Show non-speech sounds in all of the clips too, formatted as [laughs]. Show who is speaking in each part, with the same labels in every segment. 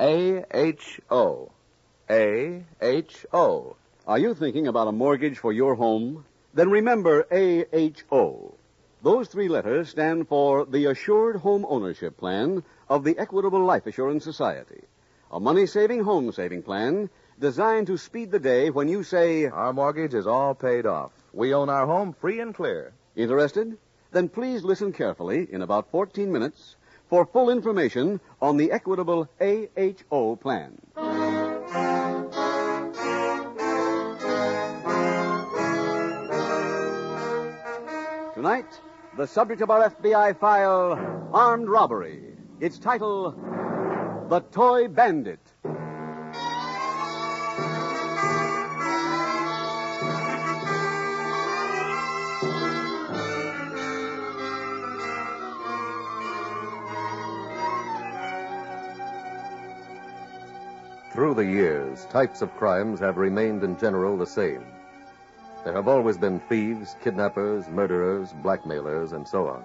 Speaker 1: A H O. A H O. Are you thinking about a mortgage for your home? Then remember A H O. Those three letters stand for the Assured Home Ownership Plan of the Equitable Life Assurance Society, a money saving home saving plan designed to speed the day when you say,
Speaker 2: Our mortgage is all paid off. We own our home free and clear.
Speaker 1: Interested? Then please listen carefully in about 14 minutes for full information on the Equitable AHO plan. Tonight, the subject of our FBI file, Armed Robbery. Its title, The Toy Bandit.
Speaker 2: Through the years, types of crimes have remained in general the same. There have always been thieves, kidnappers, murderers, blackmailers, and so on.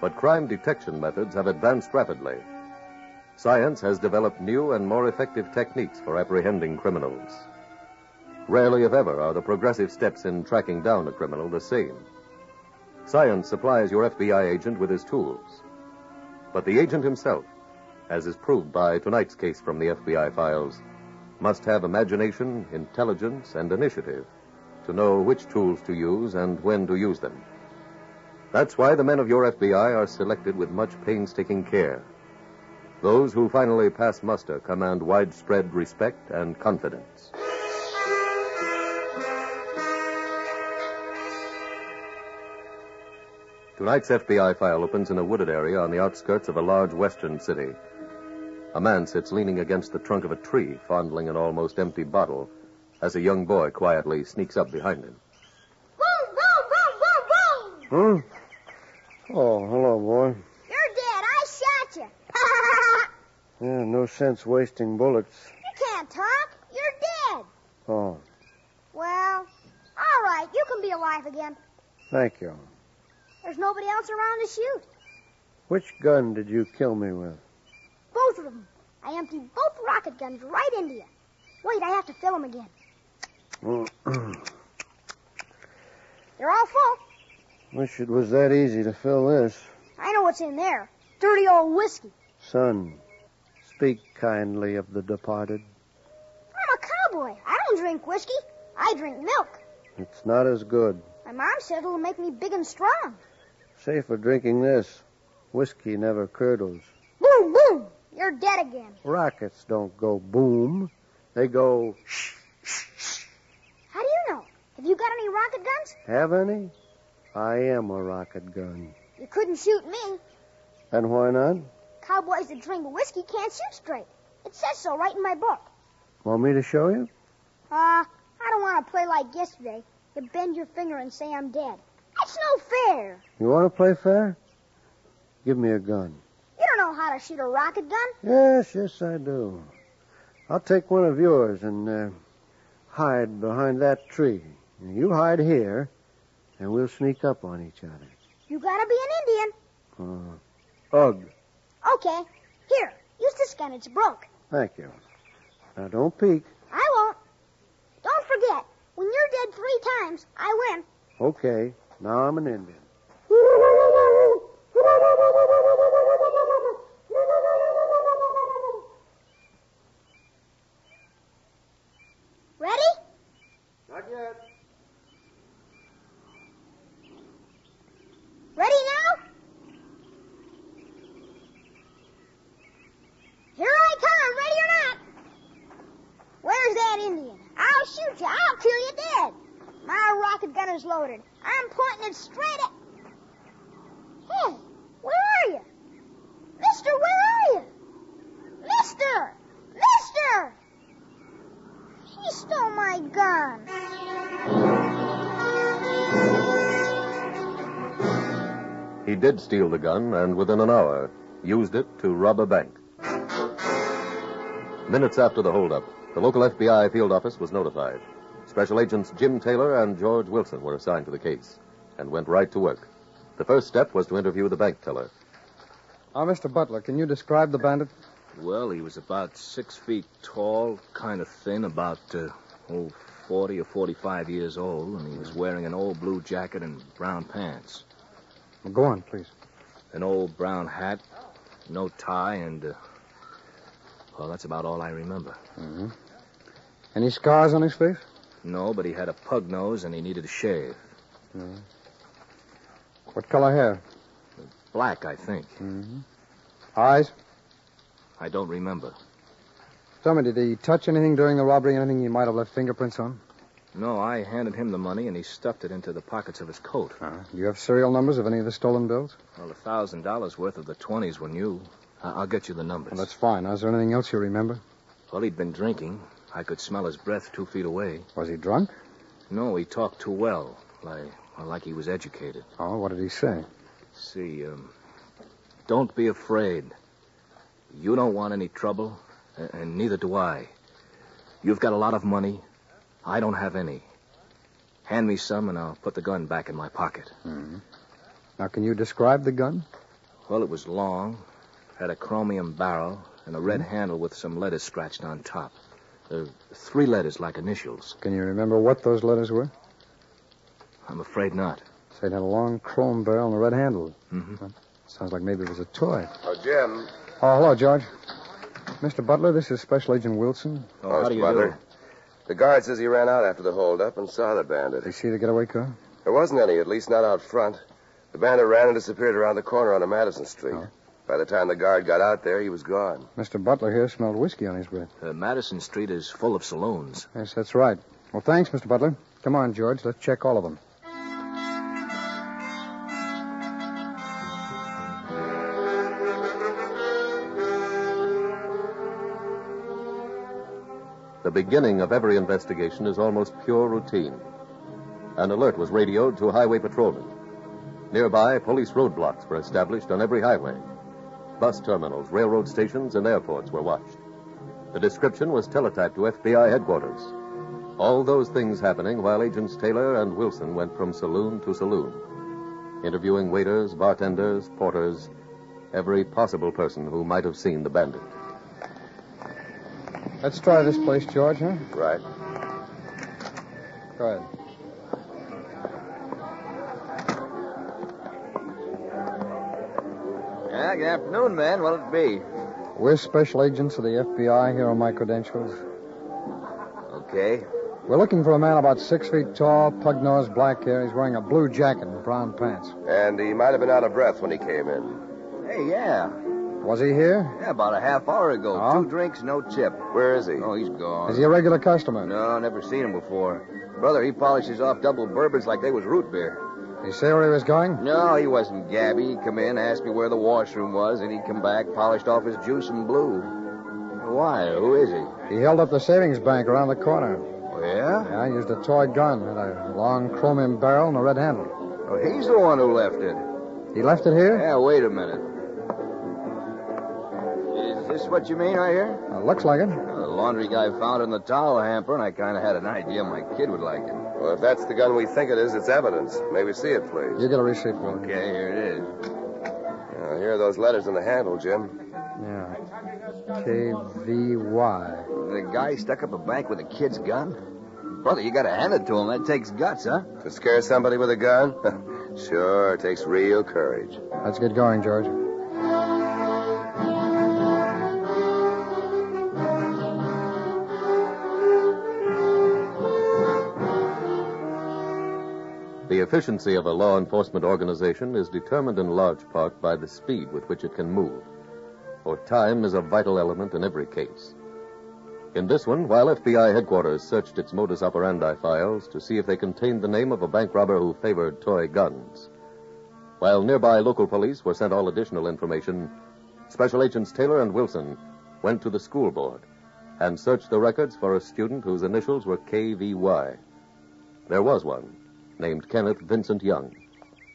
Speaker 2: But crime detection methods have advanced rapidly. Science has developed new and more effective techniques for apprehending criminals. Rarely, if ever, are the progressive steps in tracking down a criminal the same. Science supplies your FBI agent with his tools. But the agent himself, as is proved by tonight's case from the FBI files, must have imagination, intelligence, and initiative to know which tools to use and when to use them. That's why the men of your FBI are selected with much painstaking care. Those who finally pass muster command widespread respect and confidence. Tonight's FBI file opens in a wooded area on the outskirts of a large western city. A man sits leaning against the trunk of a tree, fondling an almost empty bottle, as a young boy quietly sneaks up behind him.
Speaker 3: Huh? Hmm? Oh, hello, boy.
Speaker 4: You're dead. I shot you. [laughs]
Speaker 3: Yeah, no sense wasting bullets.
Speaker 4: you can't talk. You're dead.
Speaker 3: Oh,
Speaker 4: Well, all right. You can be alive again.
Speaker 3: thank you.
Speaker 4: There's nobody else around to shoot.
Speaker 3: Which gun did you kill me with?
Speaker 4: Both of them. I emptied both rocket guns right into you. Wait, I have to fill them again. They're all full.
Speaker 3: [clears throat] Wish it was that easy to fill this.
Speaker 4: I know what's in there. Dirty old whiskey.
Speaker 3: Son, speak kindly of the departed.
Speaker 4: I'm a cowboy. I don't drink whiskey. I drink milk.
Speaker 3: It's not as good.
Speaker 4: My mom said it'll make me big and strong.
Speaker 3: Safe for drinking this. Whiskey never curdles.
Speaker 4: Boom, boom. You're dead again.
Speaker 3: Rockets don't go boom. They go,
Speaker 4: How do you know? Have you got any rocket guns?
Speaker 3: have any? I am a rocket gun.
Speaker 4: You couldn't shoot me.
Speaker 3: And why not?
Speaker 4: Cowboys that drink whiskey can't shoot straight. It says so right in my book.
Speaker 3: Want me to show you?
Speaker 4: Uh, I don't want to play like yesterday. You bend your finger and say I'm dead. That's no fair.
Speaker 3: You want to play fair? Give me a gun.
Speaker 4: You don't know how to shoot a rocket gun.
Speaker 3: Yes, yes, I do. I'll take one of yours and uh, hide behind that tree. And you hide here, and we'll sneak up on each other.
Speaker 4: You gotta be an Indian.
Speaker 3: Uh, ugh,
Speaker 4: Okay. Here, use this gun. It's broke.
Speaker 3: thank you. Now don't peek.
Speaker 4: I won't. Don't forget, when you're dead three times, I win.
Speaker 3: Okay. Now I'm an Indian.
Speaker 4: Ready?
Speaker 3: Not yet.
Speaker 4: Ready now? Here I come, ready or not. Where's that Indian? I'll shoot you. I'll kill you dead. My rocket gunner's loaded. I'm pointing it straight at. Hey, where are you? Mister, where are you? Mister! Mister! He stole my gun.
Speaker 2: He did steal the gun and within an hour used it to rob a bank. Minutes after the holdup, the local FBI field office was notified. Special agents Jim Taylor and George Wilson were assigned to the case and went right to work. The first step was to interview the bank teller.
Speaker 5: Now, Mr. Ah, Butler, can you describe the bandit?
Speaker 6: Well, he was about six feet tall, kind of thin, about uh, oh, 40 or 45 years old, and he was wearing an old blue jacket and brown pants,
Speaker 5: Go on, please.
Speaker 6: an old brown hat, no tie, and. Uh, well, that's about all I remember.
Speaker 5: Mm-hmm. Any scars on his face?
Speaker 6: No, but he had a pug nose and he needed a shave.
Speaker 5: Mm-hmm. What color hair? Mm-hmm.
Speaker 6: Black, I think.
Speaker 5: Eyes?
Speaker 6: I don't remember.
Speaker 5: Tell me, did he touch anything during the robbery? Anything he might have left fingerprints on?
Speaker 6: No, I handed him the money and he stuffed it into the pockets of his coat.
Speaker 5: Do you have serial numbers of any of the stolen bills?
Speaker 6: Well, a thousand dollars worth of the twenties were new. I- I'll get you the numbers.
Speaker 5: Well, that's fine. Now, Is there anything else you remember?
Speaker 6: Well, he'd been drinking. I could smell his breath two feet away.
Speaker 5: Was he drunk?
Speaker 6: No, he talked too well, like well, like he was educated.
Speaker 5: Oh, what did he say?
Speaker 6: See, um, don't be afraid. You don't want any trouble, a- and neither do I. You've got a lot of money. I don't have any. Hand me some, and I'll put the gun back in my pocket.
Speaker 5: Hmm. Now, can you describe the gun?
Speaker 6: Well, it was long, had a chromium barrel, and a red handle with some letters scratched on top. Uh, three letters like initials.
Speaker 5: Can you remember what those letters were?
Speaker 6: I'm afraid not.
Speaker 5: Say it had a long chrome barrel and a red handle.
Speaker 6: Mhm.
Speaker 5: Well, sounds like maybe it was a toy.
Speaker 7: Oh, Jim.
Speaker 5: Oh, hello, George. Mr. Butler, this is Special Agent Wilson.
Speaker 6: Oh,
Speaker 7: Most
Speaker 6: how do you
Speaker 7: Butler.
Speaker 6: do?
Speaker 7: The guard says he ran out after the holdup and saw the bandit.
Speaker 5: Did you see the getaway car?
Speaker 7: There wasn't any, at least not out front. The bandit ran and disappeared around the corner onto Madison Street. By the time the guard got out there, he was gone.
Speaker 5: Mr. Butler here smelled whiskey on his breath.
Speaker 6: Uh, Madison Street is full of saloons.
Speaker 5: Yes, that's right. Well, thanks, Mr. Butler. Come on, George. Let's check all of them.
Speaker 2: The beginning of every investigation is almost pure routine. An alert was radioed to highway patrolmen. Nearby, police roadblocks were established on every highway. Bus terminals, railroad stations, and airports were watched. The description was teletyped to FBI headquarters. All those things happening while agents Taylor and Wilson went from saloon to saloon, interviewing waiters, bartenders, porters, every possible person who might have seen the bandit.
Speaker 5: Let's try this place, George, huh?
Speaker 7: Right.
Speaker 5: Go ahead.
Speaker 8: Yeah, good afternoon, man. What'll it be?
Speaker 5: We're special agents of the FBI. Here are my credentials.
Speaker 8: Okay.
Speaker 5: We're looking for a man about six feet tall, pug nosed, black hair. He's wearing a blue jacket and brown pants.
Speaker 7: And he might have been out of breath when he came in.
Speaker 8: Hey, yeah.
Speaker 5: Was he here?
Speaker 8: Yeah, about a half hour ago.
Speaker 5: Huh?
Speaker 8: Two drinks, no tip.
Speaker 7: Where is he?
Speaker 8: Oh, he's gone.
Speaker 5: Is he a regular customer?
Speaker 8: No, never seen him before. Brother, he polishes off double bourbons like they was root beer.
Speaker 5: Did he say where he was going?
Speaker 8: No, he wasn't Gabby. He'd come in, asked me where the washroom was, and he'd come back, polished off his juice and blue. Why? Who is he?
Speaker 5: He held up the savings bank around the corner.
Speaker 8: Oh, yeah?
Speaker 5: Yeah, he used a toy gun, had a long chromium barrel and a red handle.
Speaker 8: Oh, he's the one who left it.
Speaker 5: He left it here?
Speaker 8: Yeah, wait a minute. Is this what you mean right here?
Speaker 5: Uh, looks like it.
Speaker 8: The laundry guy found it in the towel hamper, and I kind of had an idea my kid would like it.
Speaker 7: Well, if that's the gun we think it is, it's evidence. May we see it, please?
Speaker 5: You get a receipt for it.
Speaker 8: Okay, here it is.
Speaker 7: Uh, here are those letters in the handle, Jim.
Speaker 5: Yeah. K V Y.
Speaker 8: The guy stuck up a bank with a kid's gun? Brother, you gotta hand it to him. That takes guts, huh?
Speaker 7: To scare somebody with a gun? [laughs] sure, it takes real courage.
Speaker 5: Let's get going, George.
Speaker 2: The efficiency of a law enforcement organization is determined in large part by the speed with which it can move. For time is a vital element in every case. In this one, while FBI headquarters searched its modus operandi files to see if they contained the name of a bank robber who favored toy guns, while nearby local police were sent all additional information, Special Agents Taylor and Wilson went to the school board and searched the records for a student whose initials were KVY. There was one named Kenneth Vincent Young.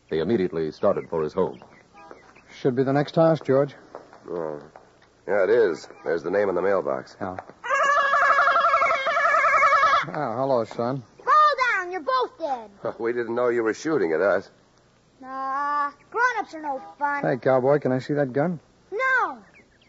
Speaker 2: They immediately started for his home.
Speaker 5: Should be the next house, George.
Speaker 7: Oh. Yeah, it is. There's the name in the mailbox.
Speaker 5: Yeah. Oh, hello, son.
Speaker 4: [laughs] Fall down. You're both dead.
Speaker 7: [laughs] We didn't know you were shooting at us.
Speaker 4: Nah, grown-ups are no fun.
Speaker 5: Hey, cowboy, can I see that gun?
Speaker 4: No.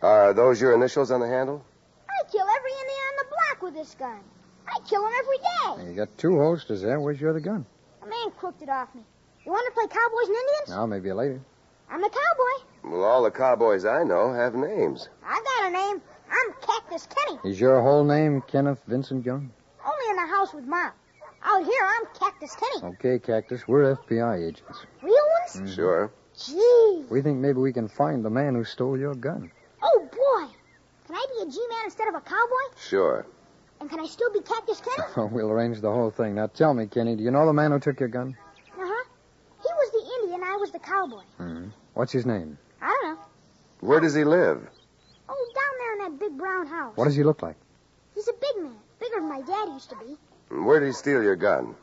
Speaker 7: Are Uh, those your initials on the handle?
Speaker 4: I kill every Indian on the block with this gun. I kill him every day.
Speaker 5: Hey, you got two holsters there. Where's your other gun?
Speaker 4: A man crooked it off me. You want to play cowboys and Indians?
Speaker 5: Now, maybe later.
Speaker 4: I'm the cowboy.
Speaker 7: Well, all the cowboys I know have names.
Speaker 4: I got a name. I'm Cactus Kenny.
Speaker 5: Is your whole name Kenneth Vincent Young?
Speaker 4: Only in the house with Mom. Out here, I'm Cactus Kenny.
Speaker 5: Okay, Cactus, we're FBI agents.
Speaker 4: Real ones?
Speaker 7: Mm-hmm.
Speaker 5: Mm,
Speaker 7: Sure.
Speaker 4: Gee.
Speaker 5: We think maybe we can find the man who stole your gun.
Speaker 4: Oh, boy. Can I be a G-man instead of a cowboy?
Speaker 5: [laughs]
Speaker 7: Sure.
Speaker 4: And can I still be Cactus Kenny?
Speaker 5: Oh, we'll arrange the whole thing. Now tell me, Kenny, do you know the man who took your gun?
Speaker 4: Uh-huh. He was the Indian, I was the cowboy.
Speaker 5: Mm-hmm. What's his name?
Speaker 4: I don't know.
Speaker 7: Where does he live?
Speaker 4: Oh, down there in that big brown house.
Speaker 5: What does he look like?
Speaker 4: He's a big man, bigger than my dad used to be.
Speaker 7: And Where did he steal your gun?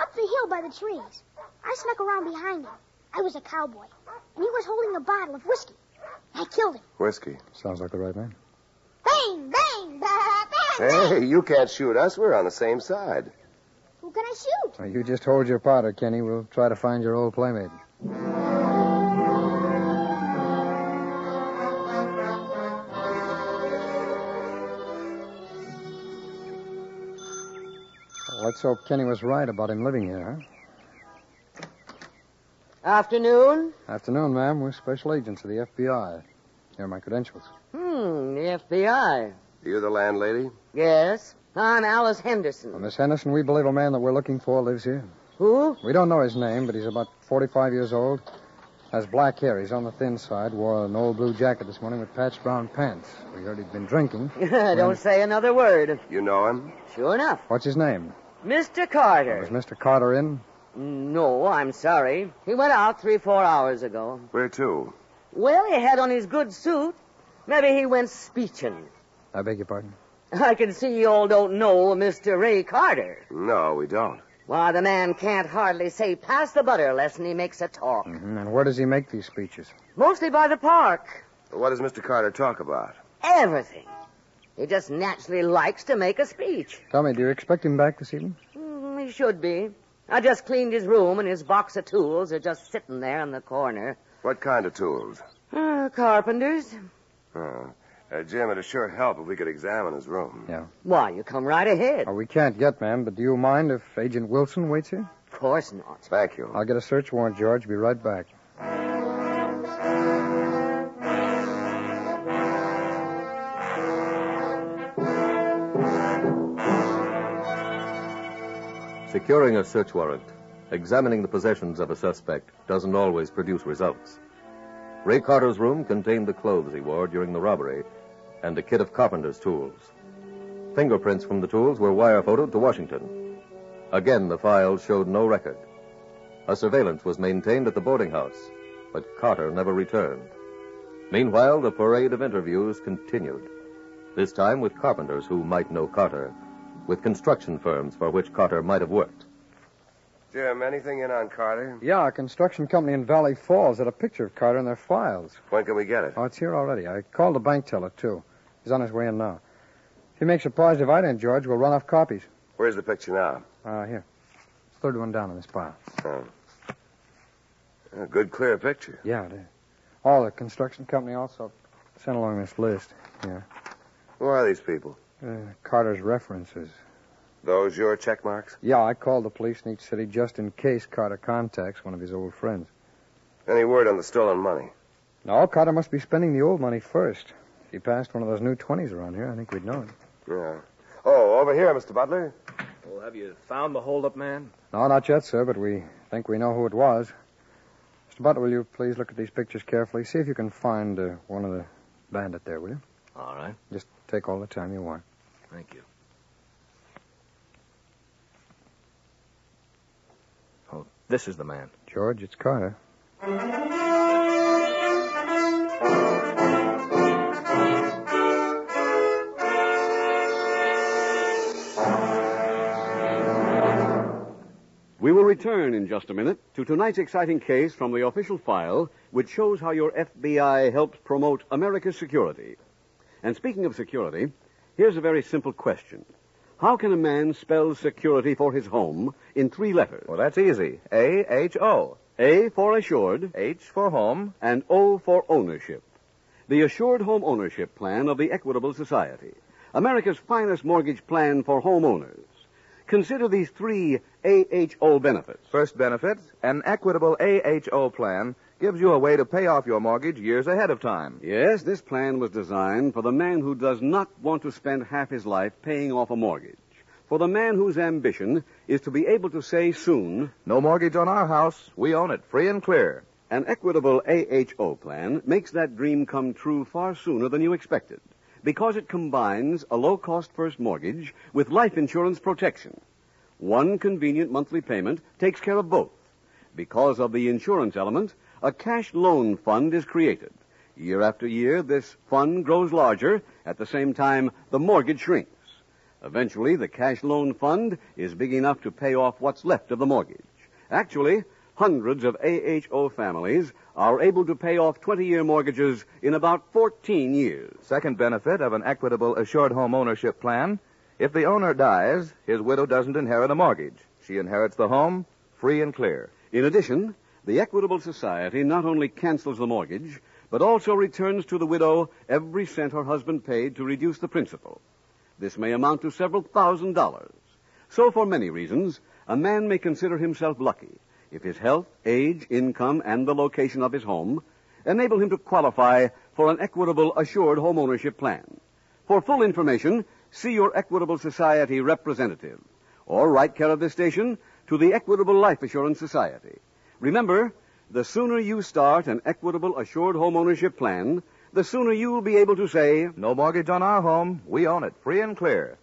Speaker 4: Up the hill by the trees. I snuck around behind him. I was a cowboy, and he was holding a bottle of whiskey. I killed him.
Speaker 7: Whiskey.
Speaker 5: Sounds like the right man.
Speaker 4: Bang, bang, ba, bang, bang.
Speaker 7: Hey, you can't shoot us. We're on the same side.
Speaker 4: Who can I shoot?
Speaker 5: Now, you just hold your powder, Kenny. We'll try to find your old playmate. Let's hope Kenny was right about him living here.
Speaker 9: Afternoon?
Speaker 5: Huh? Afternoon, ma'am. We're special agents of the FBI. Here are my credentials.
Speaker 9: Hmm, the FBI.
Speaker 7: You the landlady?
Speaker 9: Yes. I'm Alice Henderson. [laughs]
Speaker 5: Well, Miss Henderson, we believe a man that we're looking for lives here.
Speaker 9: Who?
Speaker 5: We don't know his name, but he's about 45 years old. Has black hair. He's on the thin side. Wore an old blue jacket this morning with patched brown pants. We heard he'd
Speaker 9: [laughs]
Speaker 5: been drinking.
Speaker 9: Don't say another word.
Speaker 7: You know him?
Speaker 9: Sure enough.
Speaker 5: What's his name?
Speaker 9: Mr.
Speaker 5: Was
Speaker 9: Carter.
Speaker 5: Mr. Carter in?
Speaker 9: No, I'm sorry. He went out three, four hours ago.
Speaker 7: Where to?
Speaker 9: Well, he had on his good suit. Maybe he went speeching.
Speaker 5: I beg your pardon.
Speaker 9: I can see you all don't know Mr. Ray Carter.
Speaker 7: No, we don't.
Speaker 9: Why, the man can't hardly say pass the butter less than he makes a talk.
Speaker 5: hmm And where does he make these speeches?
Speaker 9: Mostly by the park.
Speaker 7: What does Mr. Carter talk about?
Speaker 9: Everything. He just naturally likes to make a speech.
Speaker 5: Tell me, do you expect him back this evening?
Speaker 9: Mm, he should be. I just cleaned his room, and his box of tools are just sitting there in the corner.
Speaker 7: What kind of tools?
Speaker 9: Uh, carpenters.
Speaker 7: Oh. Uh, Jim, it'd sure help if we could examine his room.
Speaker 9: Why, you come right ahead.
Speaker 5: Oh, we can't get, ma'am, but do you mind if Agent Wilson waits here?
Speaker 9: Of course not.
Speaker 7: Thank you.
Speaker 5: I'll get a search warrant, George. Be right back.
Speaker 2: Securing a search warrant, examining the possessions of a suspect, doesn't always produce results. Ray Carter's room contained the clothes he wore during the robbery and a kit of carpenter's tools. Fingerprints from the tools were wire photoed to Washington. Again, the files showed no record. A surveillance was maintained at the boarding house, but Carter never returned. Meanwhile, the parade of interviews continued, this time with carpenters who might know Carter, with construction firms for which Carter might have worked.
Speaker 7: Jim, anything in on Carter?
Speaker 5: Yeah, a construction company in Valley Falls had a picture of Carter in their files.
Speaker 7: When can we get it?
Speaker 5: Oh, it's here already. I called the bank teller, too. He's on his way in now. If he makes a positive ident, George, we'll run off copies.
Speaker 7: Where's the picture now?
Speaker 5: Uh, here. Third one down in this pile.
Speaker 7: A Uh, good, clear picture.
Speaker 5: Yeah, it is. Oh, the construction company also sent along this list.
Speaker 7: Who are these people?
Speaker 5: Uh, Carter's references.
Speaker 7: Those your check marks?
Speaker 5: Yeah, I called the police in each city just in case Carter contacts one of his old friends.
Speaker 7: Any word on the stolen money?
Speaker 5: No, Carter must be spending the old money first. If he passed one of those new 20s around here, I think we'd know it.
Speaker 7: Yeah. Oh, over here, Mr. Butler.
Speaker 6: Well, Oh, have you found the holdup man?
Speaker 5: No, not yet, sir, but we think we know who it was. Mr. Butler, will you please look at these pictures carefully? See if you can find uh, one of the bandit there, will you?
Speaker 6: All right.
Speaker 5: Just take all the time you want.
Speaker 6: Thank you. Oh, this is the man.
Speaker 5: George, it's Carter.
Speaker 1: We will return in just a minute to tonight's exciting case from the official file, which shows how your FBI helps promote America's security. And speaking of security, here's a very simple question. How can a man spell security for his home in three letters?
Speaker 10: Well, that's easy. A H O.
Speaker 1: A for assured,
Speaker 10: H for home.
Speaker 1: and O for ownership. The Assured Home Ownership Plan of the Equitable Society, America's finest mortgage plan for homeowners. Consider these three AHO benefits.
Speaker 10: First benefit an equitable AHO plan gives you a way to pay off your mortgage years ahead of time.
Speaker 1: Yes, this plan was designed for the man who does not want to spend half his life paying off a mortgage. For the man whose ambition is to be able to say soon,
Speaker 10: No mortgage on our house. We own it free and clear.
Speaker 1: An equitable AHO plan makes that dream come true far sooner than you expected because it combines a low cost first mortgage with life insurance protection. One convenient monthly payment takes care of both. Because of the insurance element, a cash loan fund is created. Year after year, this fund grows larger. At the same time, the mortgage shrinks. Eventually, the cash loan fund is big enough to pay off what's left of the mortgage. Actually, hundreds of AHO families are able to pay off 20 year mortgages in about 14 years.
Speaker 10: Second benefit of an equitable assured home ownership plan if the owner dies, his widow doesn't inherit a mortgage. She inherits the home free and clear.
Speaker 1: In addition, the Equitable Society not only cancels the mortgage, but also returns to the widow every cent her husband paid to reduce the principal. This may amount to several thousand dollars. So, for many reasons, a man may consider himself lucky if his health, age, income, and the location of his home enable him to qualify for an equitable assured home ownership plan. For full information, see your Equitable Society representative or write care of this station to the Equitable Life Assurance Society. Remember, the sooner you start an equitable assured home ownership plan, the sooner you'll be able to say,
Speaker 10: No mortgage on our home. We own it free and clear.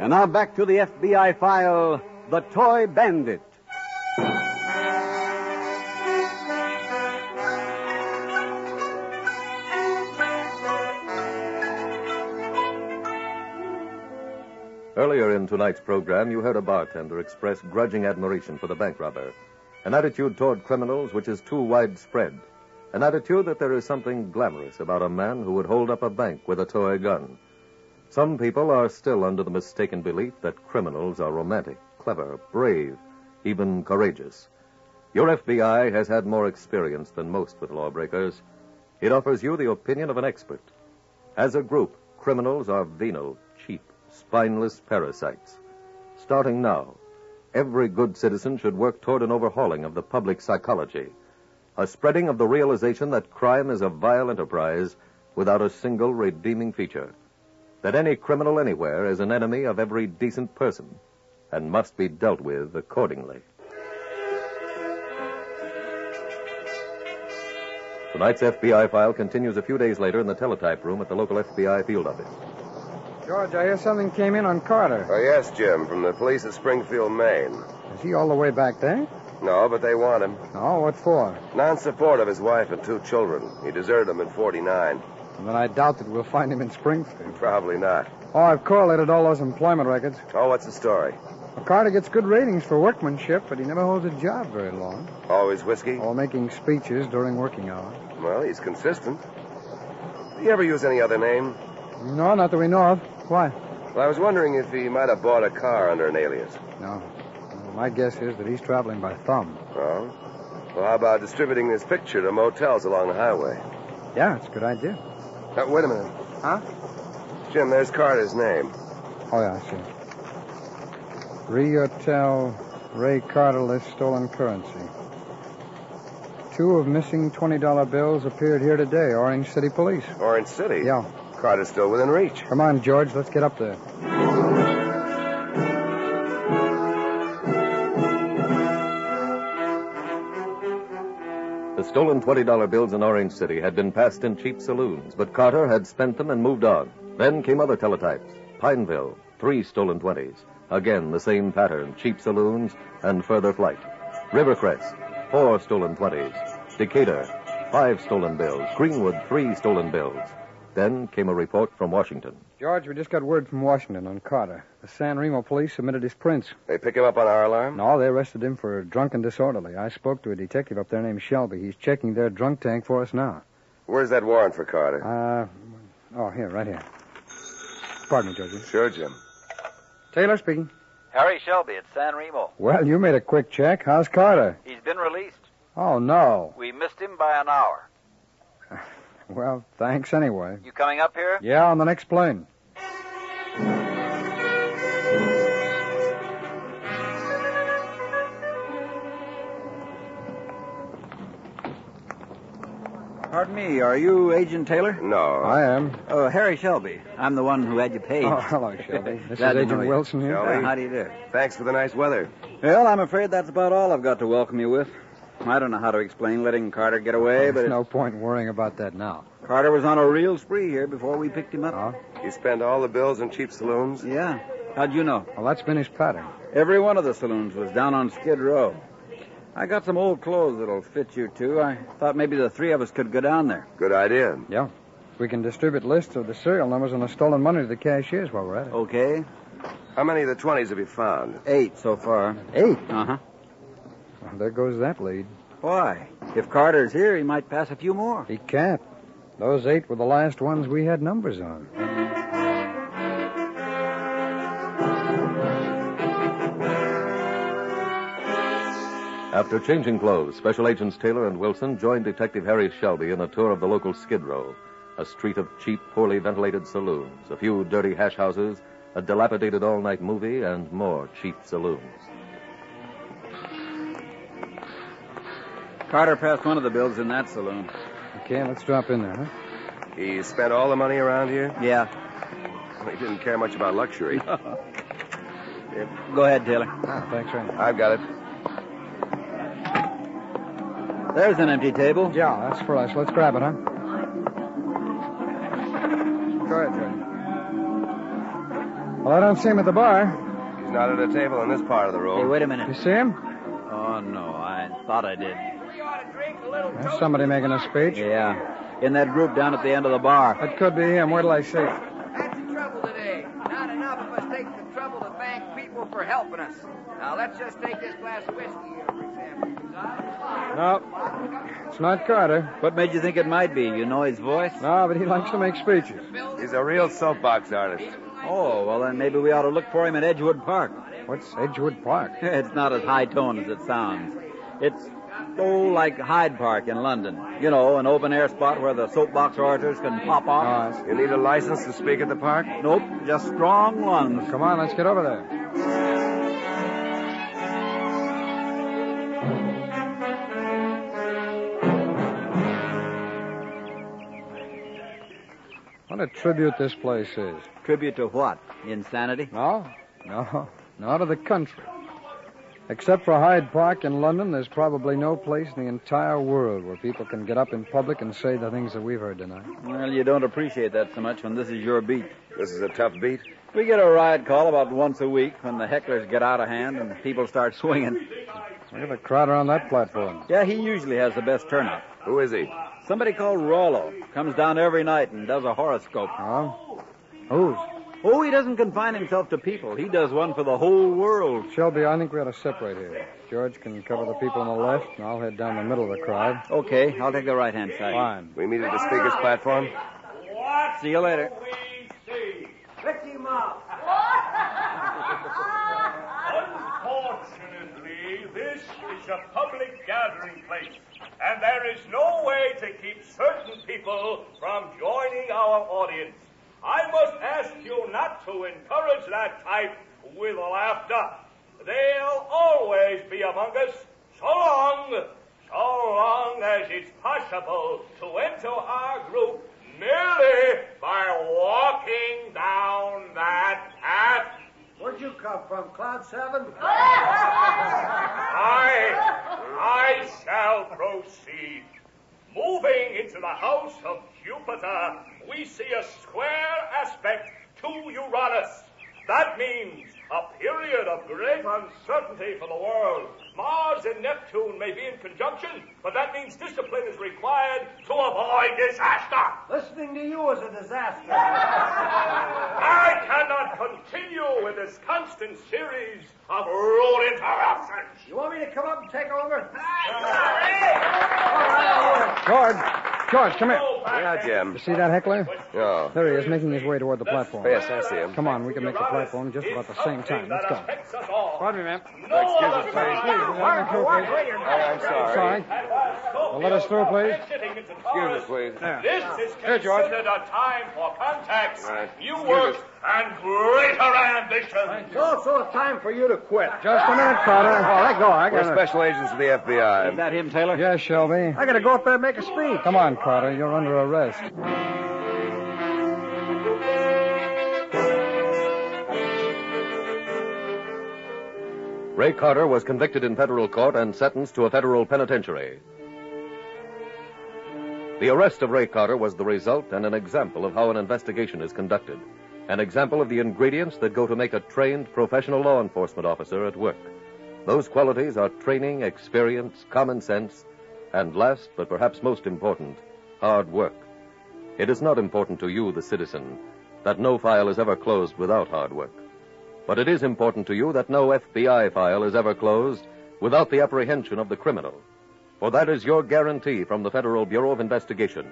Speaker 1: And now back to the FBI file The Toy Bandit.
Speaker 2: Earlier in tonight's program, you heard a bartender express grudging admiration for the bank robber, an attitude toward criminals which is too widespread, an attitude that there is something glamorous about a man who would hold up a bank with a toy gun. Some people are still under the mistaken belief that criminals are romantic, clever, brave, even courageous. Your FBI has had more experience than most with lawbreakers. It offers you the opinion of an expert. As a group, criminals are venal, cheap, spineless parasites. Starting now, every good citizen should work toward an overhauling of the public psychology, a spreading of the realization that crime is a vile enterprise without a single redeeming feature, that any criminal anywhere is an enemy of every decent person and must be dealt with accordingly. Tonight's FBI file continues a few days later in the teletype room at the local FBI field office.
Speaker 5: George, I hear something came in on Carter.
Speaker 7: Oh, yes, Jim, from the police at Springfield, Maine.
Speaker 5: Is he all the way back there?
Speaker 7: No, but they want him.
Speaker 5: No, what for?
Speaker 7: Non support of his wife and two children. He deserted them in 49.
Speaker 5: And then I doubt that we'll find him in Springfield.
Speaker 7: Probably not.
Speaker 5: Oh, I've correlated all those employment records.
Speaker 7: Oh, what's the story?
Speaker 5: Well, Carter gets good ratings for workmanship, but he never holds a job very long.
Speaker 7: Always whiskey?
Speaker 5: Or making speeches during working hours.
Speaker 7: Well, he's consistent. Did he ever use any other name?
Speaker 5: No, not that we know of. Why?
Speaker 7: Well, I was wondering if he might have bought a car under an alias.
Speaker 5: No. Well, my guess is that he's traveling by thumb.
Speaker 7: Oh? Well, how about distributing this picture to motels along the highway?
Speaker 5: Yeah, it's a good idea.
Speaker 7: Uh, wait a minute.
Speaker 5: Huh?
Speaker 7: Jim, there's Carter's name.
Speaker 5: Oh, yeah, I see. Riotel Ray Carter lists stolen currency. Two of missing $20 bills appeared here today, Orange City Police.
Speaker 7: Orange City.
Speaker 5: Yeah.
Speaker 7: Carter's still within reach.
Speaker 5: Come on, George, let's get up there.
Speaker 2: The stolen $20 bills in Orange City had been passed in cheap saloons, but Carter had spent them and moved on. Then came other teletypes. Pineville, three stolen 20s. Again, the same pattern, cheap saloons and further flight. Rivercrest, four stolen 20s. Decatur, five stolen bills. Greenwood, three stolen bills. Then came a report from Washington.
Speaker 5: George, we just got word from Washington on Carter. The San Remo police submitted his prints.
Speaker 7: They pick him up on our alarm?
Speaker 5: No, they arrested him for drunk and disorderly. I spoke to a detective up there named Shelby. He's checking their drunk tank for us now.
Speaker 7: Where's that warrant for Carter?
Speaker 5: Uh, oh, here, right here. Pardon me, Georgie.
Speaker 7: Sure, Jim.
Speaker 5: Taylor speaking.
Speaker 11: Harry Shelby at San Remo.
Speaker 5: Well, you made a quick check. How's Carter?
Speaker 11: He's been released.
Speaker 5: Oh, no.
Speaker 11: We missed him by an hour.
Speaker 5: Well, thanks anyway.
Speaker 11: You coming up here?
Speaker 5: Yeah, on the next plane.
Speaker 12: Pardon me, are you Agent Taylor?
Speaker 7: No.
Speaker 5: I am.
Speaker 12: Oh, Harry Shelby. I'm the one who had you paid.
Speaker 5: Oh, hello, Shelby.
Speaker 12: [laughs]
Speaker 5: This is
Speaker 12: Glad to
Speaker 5: Agent
Speaker 12: know you.
Speaker 5: Wilson here.
Speaker 12: Uh, how do you do?
Speaker 7: Thanks for the nice weather.
Speaker 12: Well, I'm afraid that's about all I've got to welcome you with. I don't know how to explain letting Carter get away, but
Speaker 5: There's
Speaker 12: it-
Speaker 5: no point in worrying about that now.
Speaker 12: Carter was on a real spree here before we picked him up.
Speaker 7: You spend all the bills in cheap saloons?
Speaker 12: Yeah. How'd you know?
Speaker 5: Well, that's been his pattern.
Speaker 12: Every one of the saloons was down on Skid Row. I got some old clothes that'll fit you two. I thought maybe the three of us could go down there.
Speaker 7: Good idea.
Speaker 5: Yeah. We can distribute lists of the serial numbers on the stolen money to the cashiers while we're at it.
Speaker 12: Okay.
Speaker 7: How many of the 20s have you found?
Speaker 12: Eight so far.
Speaker 5: Eight?
Speaker 12: Uh huh.
Speaker 5: Well, there goes that lead.
Speaker 12: Why? If Carter's here, he might pass a few more.
Speaker 5: He can't. Those eight were the last ones we had numbers on.
Speaker 2: After changing clothes, Special Agents Taylor and Wilson joined Detective Harry Shelby in a tour of the local Skid Row, a street of cheap, poorly ventilated saloons, a few dirty hash houses, a dilapidated all night movie, and more cheap saloons.
Speaker 12: Carter passed one of the bills in that saloon.
Speaker 5: Okay, let's drop in there, huh?
Speaker 7: He spent all the money around here?
Speaker 12: Yeah.
Speaker 7: He didn't care much about luxury.
Speaker 12: Go ahead, Taylor.
Speaker 5: Ah, thanks, Randy.
Speaker 7: I've got it.
Speaker 12: There's an empty table.
Speaker 5: Yeah, that's for us. Let's grab it, huh? Go ahead, Randy. Well, I don't see him at the bar.
Speaker 7: He's not at a table in this part of the room.
Speaker 12: Hey, wait a
Speaker 5: You
Speaker 12: minute.
Speaker 5: see him?
Speaker 12: Oh, no, I thought I did.
Speaker 5: That's somebody making a speech.
Speaker 12: Yeah. In that group down at the end of the bar.
Speaker 5: That could be him. Where till I see?
Speaker 13: That's the trouble today. Not enough of us take the trouble to thank people for helping us. Now, let's just take this glass of whiskey here, for example.
Speaker 5: No, it's not Carter.
Speaker 12: What made you think it might be? You know his voice?
Speaker 5: No, but he likes to make speeches.
Speaker 7: He's a real soapbox artist.
Speaker 12: Oh, well, then maybe we ought to look for him at Edgewood Park.
Speaker 5: What's Edgewood Park?
Speaker 12: [laughs] It's not as high tone as it sounds. It's, oh, like Hyde Park in London. You know, an open air spot where the soapbox orators can pop off.
Speaker 7: Ah, You need a license to speak at the park?
Speaker 12: Nope, just strong lungs.
Speaker 5: Come on, let's get over there. What a tribute this place is.
Speaker 12: Tribute to what? Insanity?
Speaker 5: No, no, no, to the country. Except for Hyde Park in London, there's probably no place in the entire world where people can get up in public and say the things that we've heard tonight.
Speaker 12: Well, you don't appreciate that so much when this is your beat.
Speaker 7: This is a tough beat.
Speaker 12: We get a riot call about once a week when the hecklers get out of hand and the people start swinging.
Speaker 5: Look at the crowd around that platform.
Speaker 12: Yeah, he usually has the best turnout.
Speaker 7: Who is he?
Speaker 12: Somebody called Rollo comes down every night and does a horoscope.
Speaker 5: Oh? Who's?
Speaker 12: Oh, he doesn't confine himself to people. He does one for the whole world.
Speaker 5: Shelby, I think we ought to separate here. George can cover the people on the left, and I'll head down the middle of the crowd.
Speaker 12: Okay, I'll take the right hand side.
Speaker 5: Fine.
Speaker 7: We meet at the speaker's platform.
Speaker 12: See you later.
Speaker 13: Ricky Mouse.
Speaker 14: Unfortunately, this is a public gathering place, and there is no way to keep certain people from joining our audience. I must ask you not to encourage that type with laughter. They'll always be among us so long, so long as it's possible to enter our group merely by walking down that path.
Speaker 12: Where'd you come from, Cloud Seven?
Speaker 14: I, I shall proceed. Moving into the house of Jupiter, we see a square aspect to Uranus. That means a period of great uncertainty for the world. Mars and Neptune may be in conjunction, but that means discipline is required to avoid disaster.
Speaker 12: [laughs] Listening to you is a disaster.
Speaker 14: I cannot continue with this constant series of rude interruptions.
Speaker 12: You want me to come up and take over?
Speaker 5: George, George, come here.
Speaker 7: Yeah, Jim.
Speaker 5: You see that heckler?
Speaker 7: No.
Speaker 5: There he is, making his way toward the platform.
Speaker 7: Yes, I see him.
Speaker 5: Come on, we can make the platform just about the same time. Let's go.
Speaker 14: Pardon
Speaker 5: me, ma'am.
Speaker 14: Excuse
Speaker 5: us, please. Oh, I'm sorry. Well, let us through, please.
Speaker 14: Excuse
Speaker 7: me, please.
Speaker 5: There.
Speaker 14: This is
Speaker 5: Here, George.
Speaker 14: considered a time for contacts,
Speaker 5: Right.
Speaker 14: new work, and greater ambition.
Speaker 12: It's also a time for you to quit.
Speaker 5: Just a minute, Carter. Oh, let go. I
Speaker 7: We're
Speaker 5: gotta-
Speaker 7: special agents of the FBI.
Speaker 5: Is that him, Taylor? Yes, Shelby. I gotta go up there and make a speech. Come on, Carter. You're under arrest.
Speaker 2: Ray Carter was convicted in federal court and sentenced to a federal penitentiary. The arrest of Ray Carter was the result and an example of how an investigation is conducted. An example of the ingredients that go to make a trained professional law enforcement officer at work. Those qualities are training, experience, common sense, and last but perhaps most important, hard work. It is not important to you, the citizen, that no file is ever closed without hard work. But it is important to you that no FBI file is ever closed without the apprehension of the criminal. For that is your guarantee from the Federal Bureau of Investigation.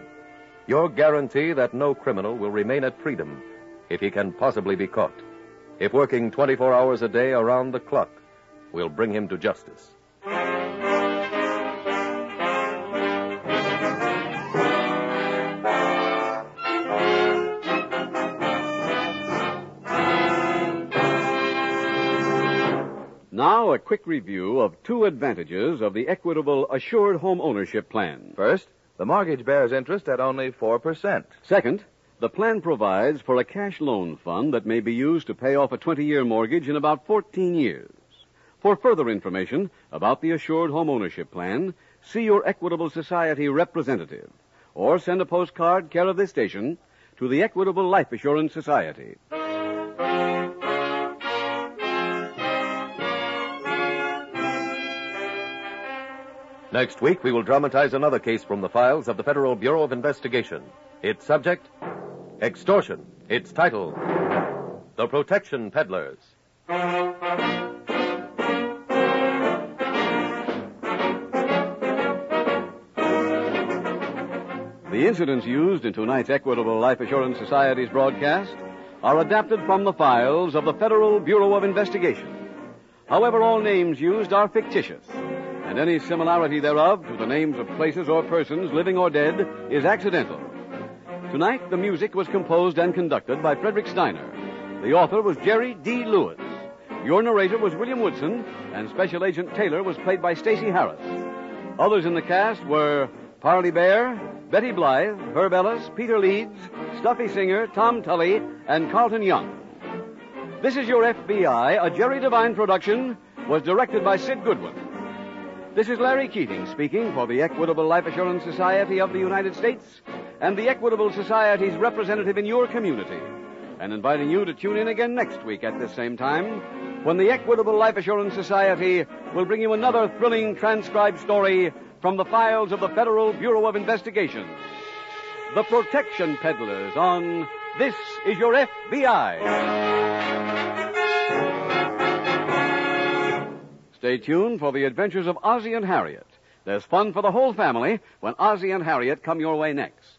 Speaker 2: Your guarantee that no criminal will remain at freedom if he can possibly be caught. If working 24 hours a day around the clock will bring him to justice.
Speaker 1: Now, a quick review of two advantages of the Equitable Assured Home Ownership Plan.
Speaker 15: First, the mortgage bears interest at only 4%.
Speaker 1: Second, the plan provides for a cash loan fund that may be used to pay off a 20 year mortgage in about 14 years. For further information about the Assured Home Ownership Plan, see your Equitable Society representative or send a postcard care of this station to the Equitable Life Assurance Society.
Speaker 2: Next week, we will dramatize another case from the files of the Federal Bureau of Investigation. Its subject, extortion. Its title, The Protection Peddlers.
Speaker 1: The incidents used in tonight's Equitable Life Assurance Society's broadcast are adapted from the files of the Federal Bureau of Investigation. However, all names used are fictitious, and any similarity thereof to the names of places or persons, living or dead, is accidental. Tonight, the music was composed and conducted by Frederick Steiner. The author was Jerry D. Lewis. Your narrator was William Woodson, and Special Agent Taylor was played by Stacey Harris. Others in the cast were Parley Bear, Betty Blythe, Herb Ellis, Peter Leeds, Stuffy Singer, Tom Tully, and Carlton Young. This is Your FBI, a Jerry Devine production, was directed by Sid Goodwin. This is Larry Keating speaking for the Equitable Life Assurance Society of the United States and the Equitable Society's representative in your community, and inviting you to tune in again next week at this same time when the Equitable Life Assurance Society will bring you another thrilling transcribed story from the files of the Federal Bureau of Investigation. The Protection Peddlers on This Is Your FBI. Stay tuned for the adventures of Ozzie and Harriet. There's fun for the whole family when Ozzie and Harriet come your way next.